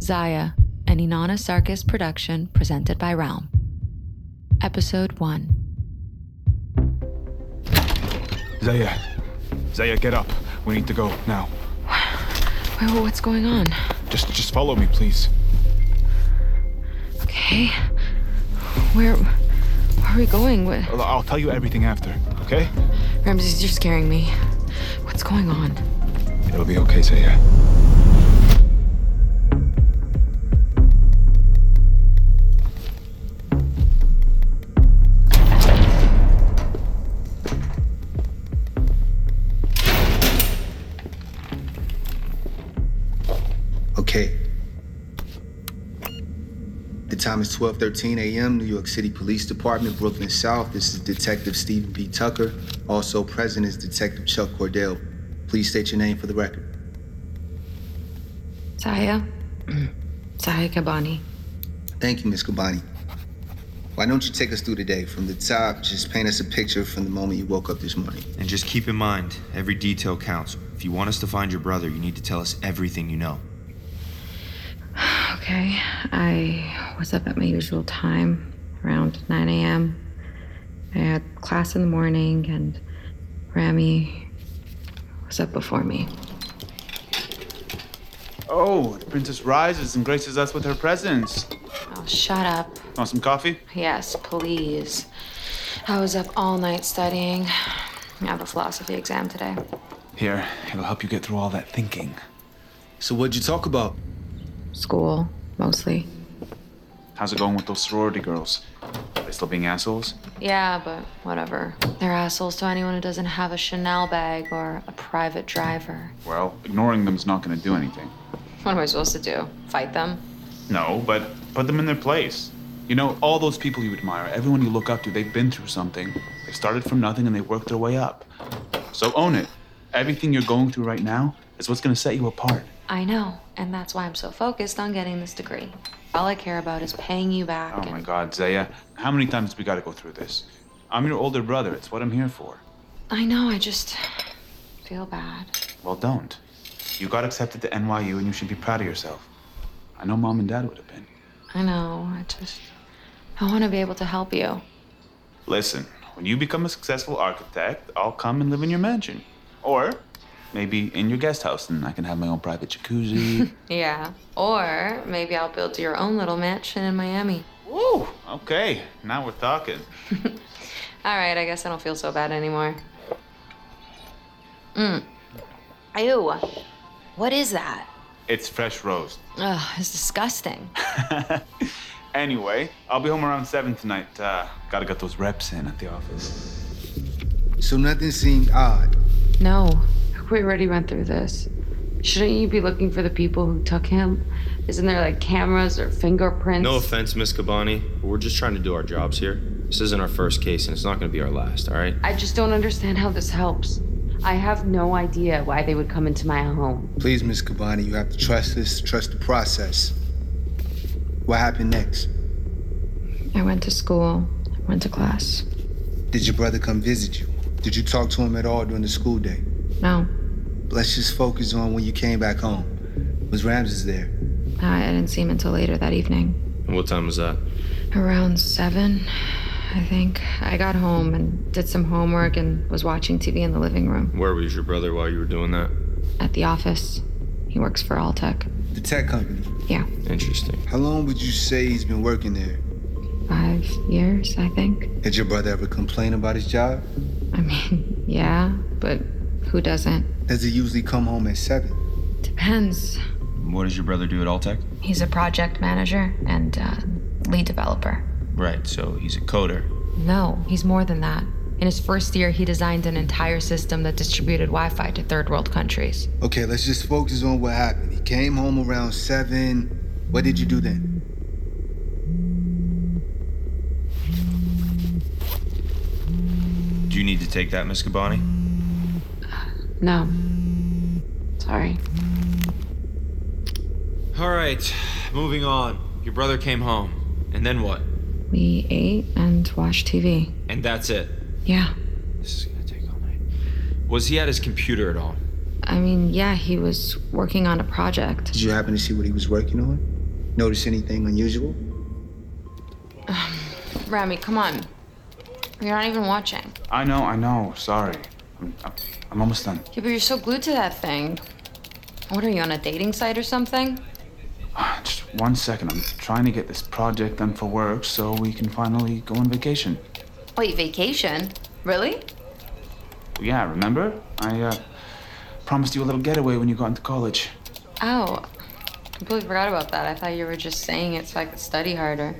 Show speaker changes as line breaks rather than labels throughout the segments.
Zaya, an Inanna Sarkis production presented by Realm. Episode 1.
Zaya. Zaya, get up. We need to go now.
Whoa, what's going on?
Just just follow me, please.
Okay. Where, where are we going? What,
I'll- I'll tell you everything after, okay?
Ramses, you're scaring me. What's going on?
It'll be okay, Zaya.
Okay. The time is 12:13 a.m. New York City Police Department, Brooklyn South. This is Detective Stephen P. Tucker. Also present is Detective Chuck Cordell. Please state your name for the record.
Zaya? Mm. Zaya Kabani.
Thank you, Ms. Kabani. Why don't you take us through the day from the top? Just paint us a picture from the moment you woke up this morning.
And just keep in mind, every detail counts. If you want us to find your brother, you need to tell us everything you know.
Okay, I was up at my usual time, around 9 a.m. I had class in the morning, and Rami was up before me.
Oh, the princess rises and graces us with her presence.
Oh, shut up.
Want some coffee?
Yes, please. I was up all night studying. I have a philosophy exam today.
Here, it'll help you get through all that thinking.
So what'd you talk about?
School, mostly.
How's it going with those sorority girls? Are they still being assholes?
Yeah, but whatever. They're assholes to anyone who doesn't have a Chanel bag or a private driver.
Well, ignoring them's not gonna do anything.
What am I supposed to do? Fight them?
No, but put them in their place. You know, all those people you admire, everyone you look up to, they've been through something. They started from nothing and they worked their way up. So own it. Everything you're going through right now is what's gonna set you apart.
I know, and that's why I'm so focused on getting this degree. All I care about is paying you back.
Oh
and-
my god, Zaya, how many times we gotta go through this? I'm your older brother, it's what I'm here for.
I know, I just feel bad.
Well, don't. You got accepted to NYU and you should be proud of yourself. I know mom and dad would have been.
I know, I just. I want to be able to help you.
Listen, when you become a successful architect, I'll come and live in your mansion. Or maybe in your guest house and I can have my own private jacuzzi.
Yeah. Or maybe I'll build your own little mansion in Miami.
Woo! Okay, now we're talking.
All right, I guess I don't feel so bad anymore. Mm. Ew. What is that?
It's fresh roast.
Ugh, it's disgusting.
Anyway, I'll be home around 7 tonight. Uh, gotta get those reps in at the office.
So nothing seemed odd.
No, we already went through this. Shouldn't you be looking for the people who took him? Isn't there like cameras or fingerprints?
No offense, Miss Cabani, but we're just trying to do our jobs here. This isn't our first case, and it's not going to be our last, all right?
I just don't understand how this helps. I have no idea why they would come into my home.
Please, Miss Cabani, you have to trust this, trust the process. What happened next?
I went to school, I went to class.
Did your brother come visit you? Did you talk to him at all during the school day?
No,
Let's just focus on when you came back home. Was Ramses there?
no, Ah, I didn't see him until later that evening.
And what time was that?
Around seven, I think. I got home and did some homework and was watching TV in the living room
Where was your brother while you were doing that?
at the office. He works for Alltech.
The tech company.
Yeah,
Interesting.
How long would you say he's been working there?
five years, I think.
Did your brother ever complain about his job?
I mean, yeah, but who doesn't?
Does he usually come home at seven?
Depends.
What does your brother do at Alltech?
He's a project manager and uh, lead developer.
Right, so he's a coder.
No, he's more than that. In his first year, he designed an entire system that distributed Wi Fi to third world countries.
Okay, let's just focus on what happened. He came home around seven. What did you do then?
Do you need to take that, Miss Cabani?
No. Sorry.
All right, moving on. Your brother came home. And then what?
We ate and watched TV.
And that's it.
Yeah.
This is gonna take all night. Was he at his computer at all?
I mean, yeah, he was working on a project.
Did you happen to see what he was working on? Notice anything unusual?
Rami, come on. You're not even watching.
I know, I know. Sorry. I'm, I'm, I'm almost done.
Yeah, but you're so glued to that thing. What are you on a dating site or something?
Ah, Just one second. I'm trying to get this project done for work so we can finally go on vacation.
Wait, vacation? Really?
Yeah, remember? I uh, promised you a little getaway when you got into college.
Oh, completely forgot about that. I thought you were just saying it so I could study harder.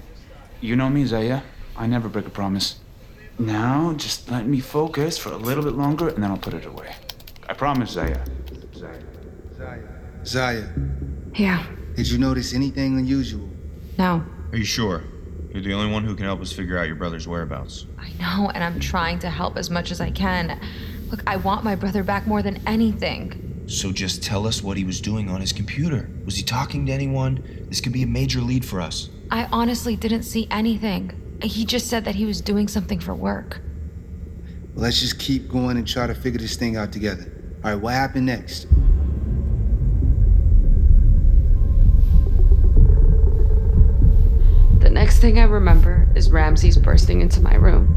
You know me, Zaya. I never break a promise. Now, just let me focus for a little bit longer and then I'll put it away. I promise, Zaya. Zaya.
Zaya,
Yeah,
did you notice anything unusual?
no.
Are you sure? You're the only one who can help us figure out your brother's whereabouts.
I know, and I'm trying to help as much as I can. Look, I want my brother back more than anything.
So just tell us what he was doing on his computer. Was he talking to anyone? This could be a major lead for us.
I honestly didn't see anything. He just said that he was doing something for work.
Let's just keep going and try to figure this thing out together. All right, what happened next?
The next thing I remember is Ramses bursting into my room.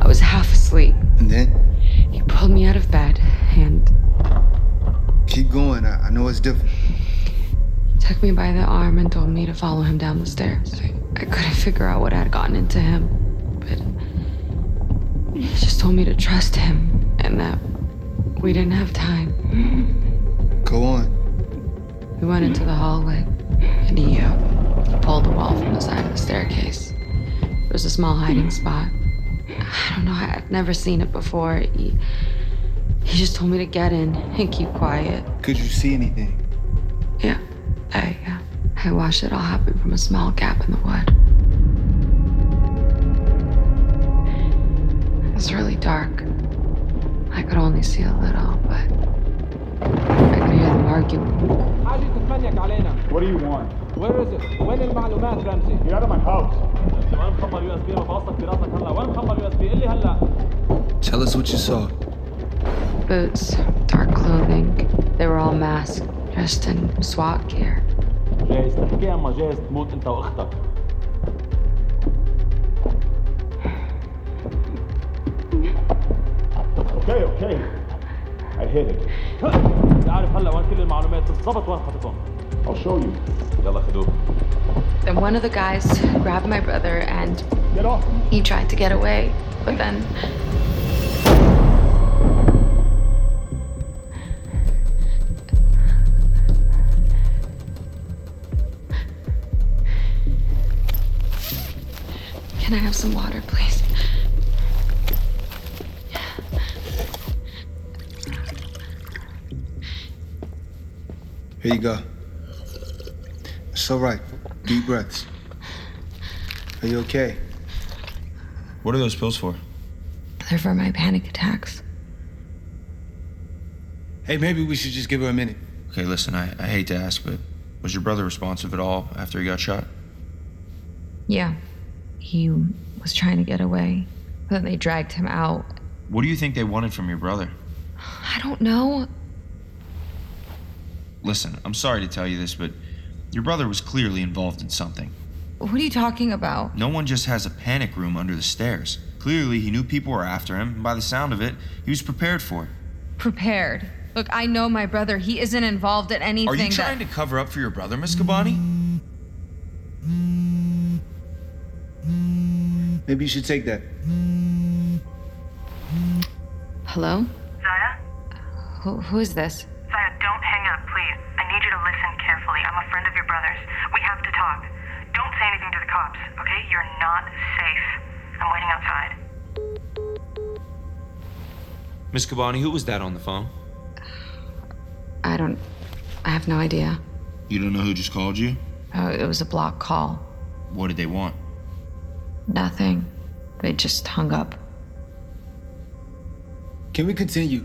I was half asleep.
And then
He pulled me out of bed and
keep going. I, I know it's different.
took me by the arm and told me to follow him down the stairs. I, I couldn't figure out what had gotten into him, but he just told me to trust him and that we didn't have time.
Go on.
We went into the hallway and he, uh, he pulled the wall from the side of the staircase. It was a small hiding spot. I don't know, I- I'd never seen it before. He, he just told me to get in and keep quiet.
Could you see anything?
Yeah, I, uh, I watched it all happen from a small gap in the wood. It was really dark. I could only see a little, but I could hear them arguing.
عادي تتمنيك علينا
What do you want?
وير از وين المعلومات رمزي
Get out of my house.
وين مخبى اليو اس بي بفصلك براسك هلا وين مخبى اليو اس بي قول لي هلا
Tell us what you saw.
Boots, dark clothing. They were all masked, dressed in SWAT gear.
جايز تحكي اما جايز تموت انت واختك
Okay, okay. I hit it.
بتعرف هلا وين كل المعلومات بالضبط وين حطيتهم
I'll show you.
يلا خذوه
Then one of the guys grabbed my brother and
Get off.
he tried to get away, but then. Can I have some water, please?
Here you go. It's all right. Deep breaths. Are you okay?
What are those pills for?
They're for my panic attacks.
Hey, maybe we should just give her a minute.
Okay, listen, I, I hate to ask, but was your brother responsive at all after he got shot?
Yeah. He was trying to get away, but then they dragged him out.
What do you think they wanted from your brother?
I don't know.
Listen, I'm sorry to tell you this, but your brother was clearly involved in something.
What are you talking about?
No one just has a panic room under the stairs. Clearly, he knew people were after him, and by the sound of it, he was prepared for it.
Prepared. Look, I know my brother. He isn't involved in anything.
Are you
that-
trying to cover up for your brother, Miss Gabani?
Maybe you should take that.
Hello?
Zaya?
Who, who is this?
Zaya, Uh, don't hang up, please. I need you to listen carefully. I'm a friend of your brother's. We have to talk. Don't say anything to the cops, okay? You're not safe. I'm waiting outside.
Miss Cabani, who was that on the phone?
I don't. I have no idea.
You don't know who just called you?
Uh, it was a block call.
What did they want?
Nothing. They just hung up.
Can we continue?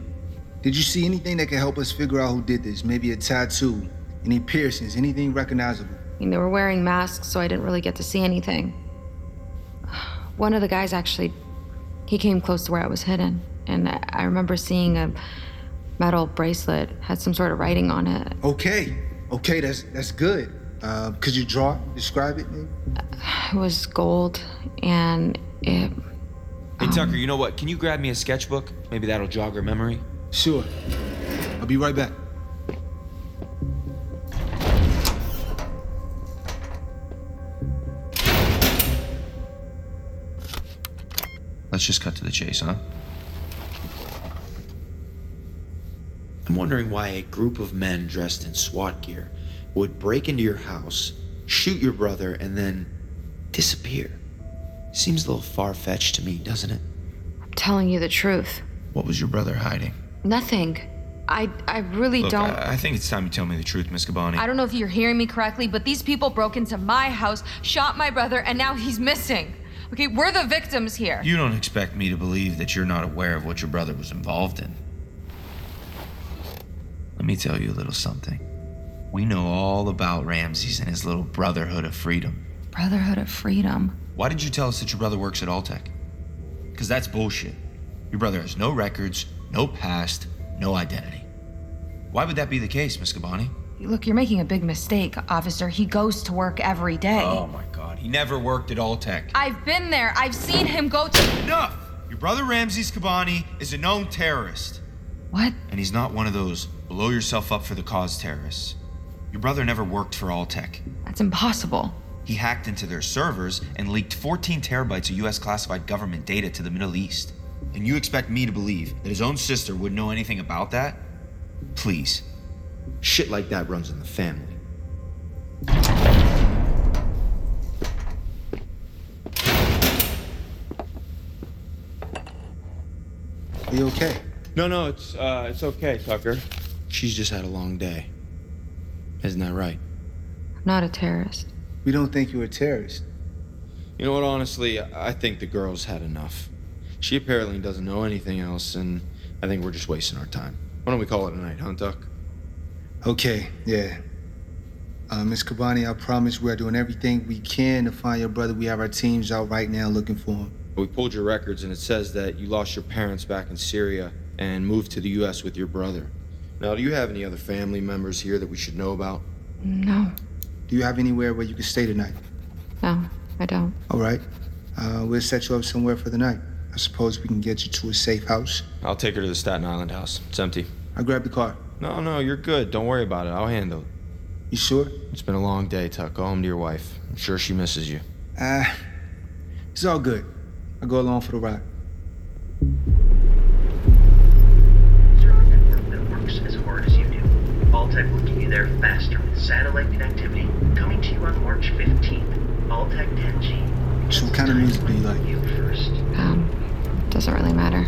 Did you see anything that could help us figure out who did this? Maybe a tattoo, any piercings, anything recognizable?
I mean, they were wearing masks, so I didn't really get to see anything. One of the guys actually, he came close to where I was hidden, and I- I remember seeing a metal bracelet had some sort of writing on it.
Okay, okay, that's that's good. Uh, could you draw, it? describe it? maybe?
It was gold, and it.
Hey, Tucker, you know what? Can you grab me a sketchbook? Maybe that'll jog her memory.
Sure. I'll be right back.
Let's just cut to the chase, huh?
I'm wondering why a group of men dressed in SWAT gear would break into your house, shoot your brother, and then disappear. Seems a little far fetched to me, doesn't it?
I'm telling you the truth.
What was your brother hiding?
Nothing. I, I really
Look,
don't.
I, I think it's time you tell me the truth, Miss Gabani.
I don't know if you're hearing me correctly, but these people broke into my house, shot my brother, and now he's missing. Okay, we're the victims here.
You don't expect me to believe that you're not aware of what your brother was involved in. Let me tell you a little something. We know all about Ramses and his little brotherhood of freedom.
Brotherhood of Freedom.
Why did you tell us that your brother works at Alltech? Because that's bullshit. Your brother has no records, no past, no identity. Why would that be the case, Miss Gabani?
Look, you're making a big mistake, officer. He goes to work every day.
Oh my god, he never worked at Alltech.
I've been there. I've seen him go to.
Enough! Your brother Ramses Kabani is a known terrorist.
What?
And he's not one of those blow yourself up for the cause terrorists. Your brother never worked for Alltech.
That's impossible.
He hacked into their servers and leaked 14 terabytes of US classified government data to the Middle East. And you expect me to believe that his own sister would know anything about that? Please.
Shit like that runs in the family.
Are you okay?
No, no, it's uh, it's okay, Tucker.
She's just had a long day. Isn't that right?
I'm not a terrorist.
We don't think you're a terrorist.
You know what? Honestly, I think the girl's had enough. She apparently doesn't know anything else, and I think we're just wasting our time. Why don't we call it a night, huh, Tuck?
Okay, yeah. Uh, Miss Cabani, I promise we're doing everything we can to find your brother. We have our teams out right now looking for him.
We pulled your records, and it says that you lost your parents back in Syria and moved to the U.S. with your brother. Now, do you have any other family members here that we should know about?
No,
Do you have anywhere where you can stay tonight?
no, I don't.
All right. Uh, we'll set you up somewhere for the night. I suppose we can get you to a safe house.
I'll take her to the Staten Island house. It's empty.
I grab the car.
No, no, you're good. Don't worry about it. I'll handle it.
You sure?
It's been a long day, Tuck. Go home to your wife. I'm sure she misses you.
Uh, it's all good. I go along for the ride.
Strong network that works as hard as you do. Alltech will get you there faster with satellite connectivity. Coming to you on March 15th. Alltech 10G.
So what kind of music do you like?
You first.
Um, doesn't really matter.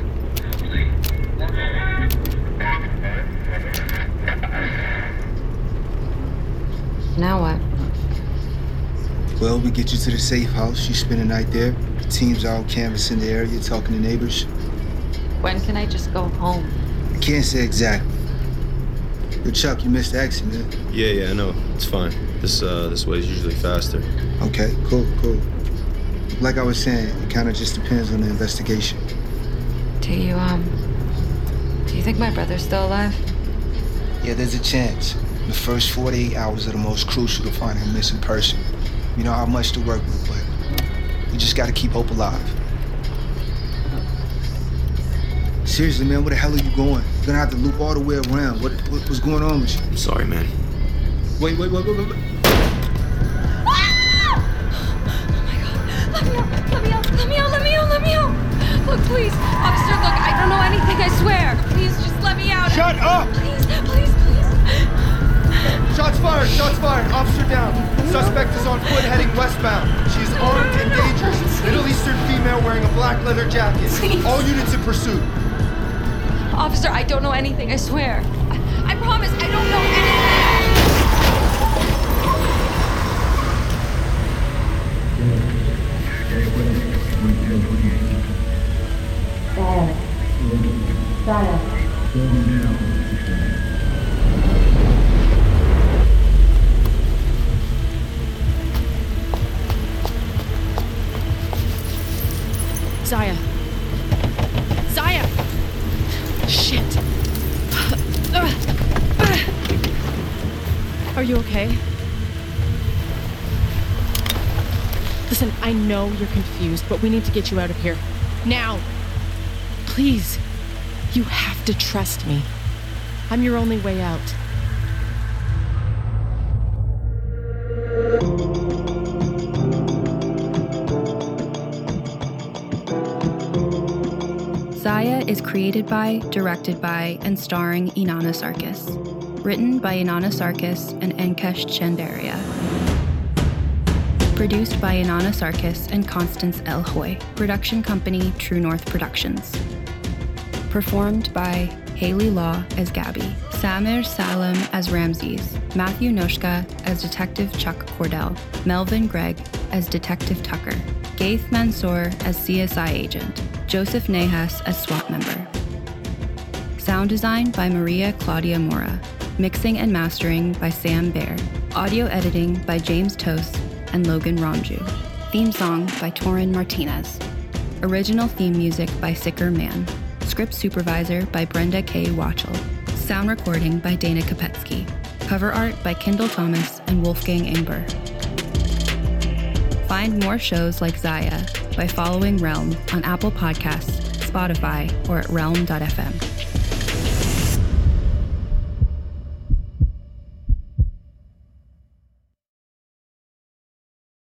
we get you to the safe house. You spend the night there. The team's out canvassing the area, talking to neighbors.
When can I just go home?
I can't say exactly. Yo, Chuck, you missed the exit, man.
Yeah, yeah, I know. It's fine. This uh, this way is usually faster.
Okay, cool, cool. Like I was saying, it kind of just depends on the investigation.
Do you, um. Do you think my brother's still alive?
Yeah, there's a chance. The first 48 hours are the most crucial to finding a missing person. You know how much to work with, but we just gotta keep hope alive. Seriously, man, where the hell are you going? You're gonna have to loop all the way around. What, what what's going on with you?
I'm sorry, man.
Wait, wait, wait, wait, wait. wait.
Let me out! Let me out! Let me out! Let me out! Let me out! Look, please, officer. Look, I don't know anything. I swear. Please, just let me out.
Shut up!
Please, please, please.
Shots fired! Shots fired! Officer down! Suspect is on foot heading westbound. She is armed and dangerous. Middle Eastern female wearing a black leather jacket. All units in pursuit.
Officer, I don't know anything. I swear. I, I promise. I don't know anything.
Zaya. Zaya! Shit. Are you okay? Listen, I know you're confused, but we need to get you out of here. Now! Please! You have to trust me. I'm your only way out.
Zaya is created by, directed by, and starring Inanna Sarkis. Written by Inanna Sarkis and Ankesh Chandaria. Produced by Inanna Sarkis and Constance El Hoy. Production company True North Productions. Performed by Haley Law as Gabby, Samir Salam as Ramses, Matthew Noshka as Detective Chuck Cordell, Melvin Gregg as Detective Tucker, Gaith Mansour as CSI agent, Joseph Nahas as SWAT member. Sound design by Maria Claudia Mora. Mixing and mastering by Sam Baer. Audio editing by James Toast and Logan Ronju. Theme song by Torin Martinez. Original theme music by Sicker Man. Script supervisor by Brenda K. Watchell. Sound recording by Dana Kopetsky. Cover art by Kendall Thomas and Wolfgang Amber. Find more shows like Zaya by following Realm on Apple Podcasts, Spotify, or at realm.fm.